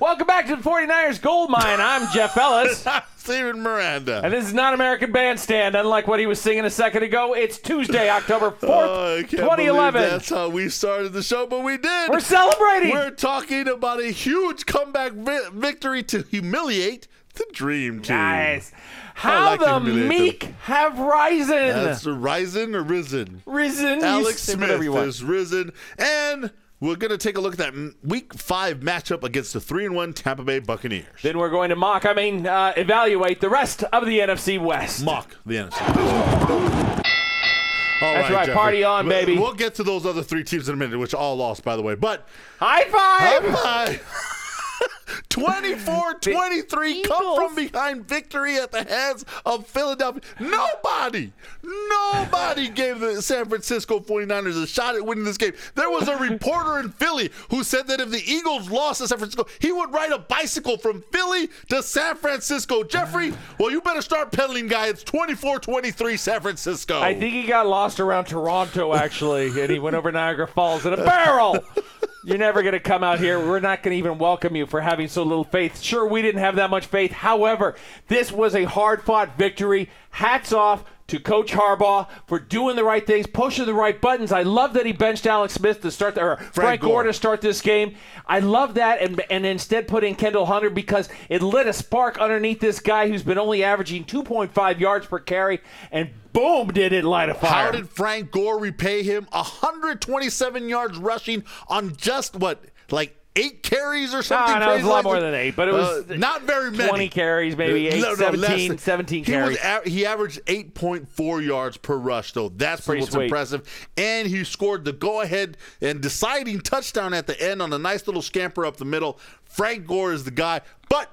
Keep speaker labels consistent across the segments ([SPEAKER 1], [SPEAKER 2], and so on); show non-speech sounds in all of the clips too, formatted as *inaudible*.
[SPEAKER 1] Welcome back to the 49ers Gold Mine. I'm Jeff Ellis.
[SPEAKER 2] *laughs* Steven Miranda.
[SPEAKER 1] And this is not American Bandstand, unlike what he was singing a second ago. It's Tuesday, October 4th,
[SPEAKER 2] *laughs* Oh, I can't believe
[SPEAKER 1] 2011.
[SPEAKER 2] That's how we started the show, but we did.
[SPEAKER 1] We're celebrating.
[SPEAKER 2] We're talking about a huge comeback vi- victory to humiliate the Dream Team.
[SPEAKER 1] Nice.
[SPEAKER 2] Oh,
[SPEAKER 1] How
[SPEAKER 2] like to
[SPEAKER 1] the
[SPEAKER 2] humiliate them.
[SPEAKER 1] meek have risen.
[SPEAKER 2] That's risen or risen.
[SPEAKER 1] risen. you
[SPEAKER 2] Alex
[SPEAKER 1] say
[SPEAKER 2] Smith
[SPEAKER 1] whatever you want.
[SPEAKER 2] is risen, and we're going to take a look at that m- Week Five matchup against the three and one Tampa Bay Buccaneers.
[SPEAKER 1] Then we're going to mock, I mean, uh, evaluate the rest of the NFC West.
[SPEAKER 2] Mock the NFC. All
[SPEAKER 1] That's right, party on,
[SPEAKER 2] We'll-
[SPEAKER 1] baby.
[SPEAKER 2] We'll get to those other three teams in a minute, which all lost, by the way. But
[SPEAKER 1] High five!
[SPEAKER 2] *laughs* High five. 24 23 come
[SPEAKER 1] Eagles.
[SPEAKER 2] from behind victory at the hands of Philadelphia. Nobody, nobody gave the San Francisco 49ers a shot at winning this game. There was a reporter in Philly who said that if the Eagles lost to San Francisco, he would ride a bicycle from Philly to San Francisco. Jeffrey, well, you better start pedaling, guy. It's 24 23 San Francisco.
[SPEAKER 1] I think he got lost around Toronto, actually, and he went over Niagara Falls in a barrel. You're never going to come out here. We're not going to even welcome you for having so little faith. Sure, we didn't have that much faith. However, this was a hard fought victory. Hats off to Coach Harbaugh for doing the right things, pushing the right buttons. I love that he benched Alex Smith to start, the, or Frank, Gore.
[SPEAKER 2] Gore.
[SPEAKER 1] to start this game. I love that, and, and instead put in Kendall Hunter because it lit a spark underneath this guy who's been only averaging 2.5 yards per carry, and boom, did it light a fire.
[SPEAKER 2] How did Frank Gore repay him? 127 yards rushing on just what, like eight carries or something?
[SPEAKER 1] Ah, no, it was a
[SPEAKER 2] crazy
[SPEAKER 1] lot
[SPEAKER 2] like
[SPEAKER 1] more
[SPEAKER 2] that? Uh,
[SPEAKER 1] than eight, but it was
[SPEAKER 2] not very many.
[SPEAKER 1] 20 carries, maybe eight, 17
[SPEAKER 2] than-
[SPEAKER 1] 17
[SPEAKER 2] he was
[SPEAKER 1] carries.
[SPEAKER 2] a- he averaged 8.4 yards per rush, though. That's
[SPEAKER 1] pretty
[SPEAKER 2] what's
[SPEAKER 1] sweet.
[SPEAKER 2] impressive. And he scored the go-ahead and deciding touchdown at the end on a nice little scamper up the middle. Frank Gore is the guy, but.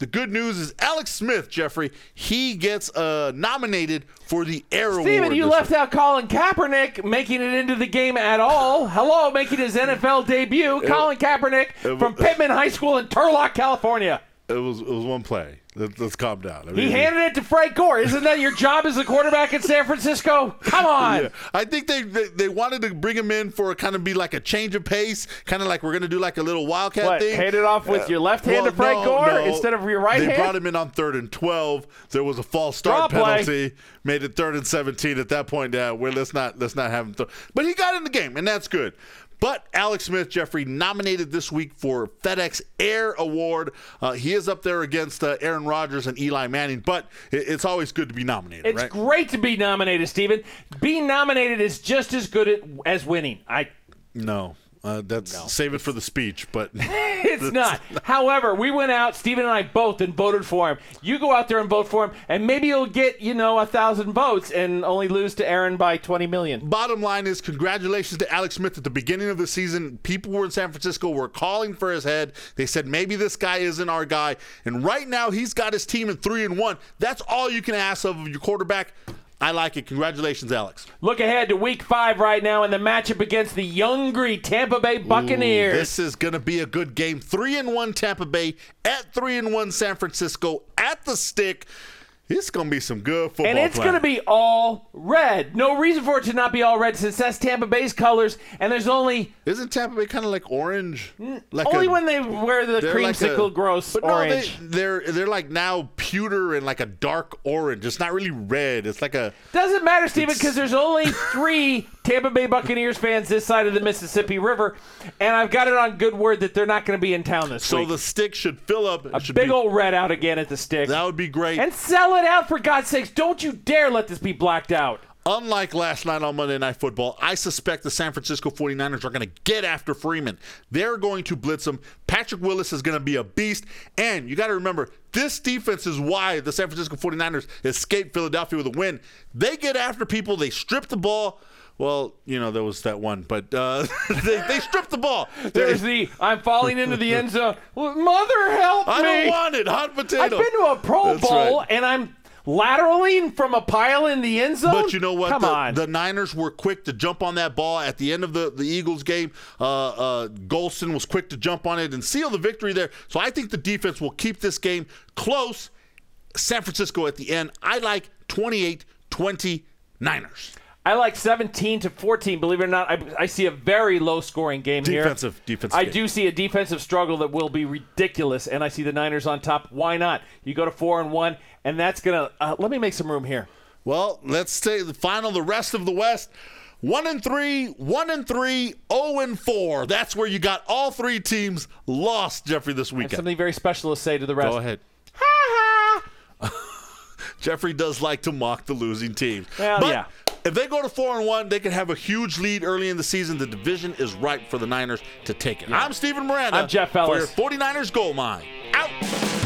[SPEAKER 2] The good news is Alex Smith, Jeffrey. He gets uh, nominated for the Air Award.
[SPEAKER 1] Steven, you
[SPEAKER 2] this
[SPEAKER 1] left out Colin Kaepernick making it into the game at all. Hello, making his NFL debut. Colin Kaepernick from Pittman High School in Turlock, California.
[SPEAKER 2] It was it was one play. Let, us calm down. I
[SPEAKER 1] He
[SPEAKER 2] mean,
[SPEAKER 1] handed it to Frank Gore. Isn't that your job as a quarterback in San Francisco? Come on.
[SPEAKER 2] *laughs* yeah. I think they, they they wanted to bring him in for kind of be like a change of pace, kind of like we're gonna do like a little wildcat
[SPEAKER 1] What,
[SPEAKER 2] thing. Uh,
[SPEAKER 1] hand it off with your left hand to Frank Gore instead of your right
[SPEAKER 2] They
[SPEAKER 1] hand?
[SPEAKER 2] brought him in on third and twelve. There was a false start
[SPEAKER 1] Draw play.
[SPEAKER 2] penalty, made it third and seventeen. At that point, uh, well, let's not let's not have him. Th- but he got in the game, and that's good. But Alex Smith Jeffrey nominated this week for FedEx Air Award. Uh, he is up there against uh, Aaron Rodgers and Eli Manning, but it, it's always good to be nominated.
[SPEAKER 1] It's
[SPEAKER 2] right?
[SPEAKER 1] great to be nominated, Steven. Being nominated is just as good at, as winning. I *laughs*
[SPEAKER 2] No, uh, that's save it for the speech. But *laughs*
[SPEAKER 1] It's not. However, we went out, Steven and I both, and voted for him. You go out there and vote for him, and maybe you'll get, you know, a thousand votes and only lose to Aaron by 20 million.
[SPEAKER 2] bottom line is, congratulations to Alex Smith. At the beginning of the season, people were in San Francisco were calling for his head. They said maybe this guy isn't our guy. And right now, he's got his team in three and one. That's all you can ask of your quarterback. I like it. Congratulations, Alex.
[SPEAKER 1] Look ahead to week five right now in the matchup against the hungry Tampa Bay Buccaneers.
[SPEAKER 2] This is going to be a good game. Three and one Tampa Bay at three and one San Francisco at the stick. It's going to be some good football.
[SPEAKER 1] and it's
[SPEAKER 2] playing.
[SPEAKER 1] going to be all red. No reason for it to not be all red since that's Tampa Bay's colors, and there's only
[SPEAKER 2] Isn't Tampa Bay kind of like orange? Like
[SPEAKER 1] Mm. only
[SPEAKER 2] a-
[SPEAKER 1] when they wear the
[SPEAKER 2] They're like
[SPEAKER 1] creamsicle
[SPEAKER 2] a-
[SPEAKER 1] gross
[SPEAKER 2] but
[SPEAKER 1] orange.
[SPEAKER 2] No, they, are they're like now pewter and like a dark orange. It's not really red. It's like a
[SPEAKER 1] Doesn't matter, Steven, because there's only
[SPEAKER 2] *laughs*
[SPEAKER 1] three Tampa Bay Buccaneers fans this side of the Mississippi River, and I've got it on good word that they're not going to be in town this
[SPEAKER 2] so
[SPEAKER 1] week.
[SPEAKER 2] the stick should fill up. It should
[SPEAKER 1] Big
[SPEAKER 2] be,
[SPEAKER 1] old red out again at the stick.
[SPEAKER 2] that would be great.
[SPEAKER 1] and sell it out, for God's sakes. Don't you dare let this be blacked out.
[SPEAKER 2] Unlike last night on Monday Night Football, I suspect the San Francisco 49ers are going to get after Freeman. They're going to blitz him. Patrick Willis is going to be a beast. And you got to remember, this defense is why the San Francisco 49ers escaped Philadelphia with a win. They get after people, they strip the ball. Well, you know, there was that one, but uh, *laughs* they, they stripped the ball.
[SPEAKER 1] There's the I'm falling into the end
[SPEAKER 2] *laughs*
[SPEAKER 1] zone. Mother help
[SPEAKER 2] I
[SPEAKER 1] me.
[SPEAKER 2] don't want it. Hot potato.
[SPEAKER 1] I've been to a Pro
[SPEAKER 2] That's
[SPEAKER 1] Bowl,
[SPEAKER 2] right.
[SPEAKER 1] and I'm lateraling from a pile in the end zone.
[SPEAKER 2] But you know what?
[SPEAKER 1] Come
[SPEAKER 2] the,
[SPEAKER 1] on.
[SPEAKER 2] the Niners were quick to jump on that ball at the end of the, the Eagles game. Uh, uh, Golston was quick to jump on it and seal the victory there. So I think the defense will keep this game close. San Francisco at the end. I like 28 20 Niners.
[SPEAKER 1] I like 17 to 14. Believe it or not, I, I see a very low scoring game
[SPEAKER 2] Defensive-
[SPEAKER 1] here.
[SPEAKER 2] defensive
[SPEAKER 1] I
[SPEAKER 2] game.
[SPEAKER 1] do see a defensive struggle that will be ridiculous, and I see the Niners on top. Why not? You go to four and one, and that's gonna uh, let me make some room here.
[SPEAKER 2] Well, let's say the final, the rest of the West. One and three, one and three, oh and four. That's where you got all three teams lost, Jeffrey, this weekend.
[SPEAKER 1] Something very special to say to the rest.
[SPEAKER 2] Go ahead. *laughs* Jeffrey does like to mock the losing team.
[SPEAKER 1] Well,
[SPEAKER 2] but
[SPEAKER 1] yeah.
[SPEAKER 2] if they go to four and one, they could have a huge lead early in the season. The division is ripe for the Niners to take it. I'm Stephen Miranda.
[SPEAKER 1] I'm Jeff
[SPEAKER 2] for
[SPEAKER 1] Ellis.
[SPEAKER 2] your 49ers goal mine. Out.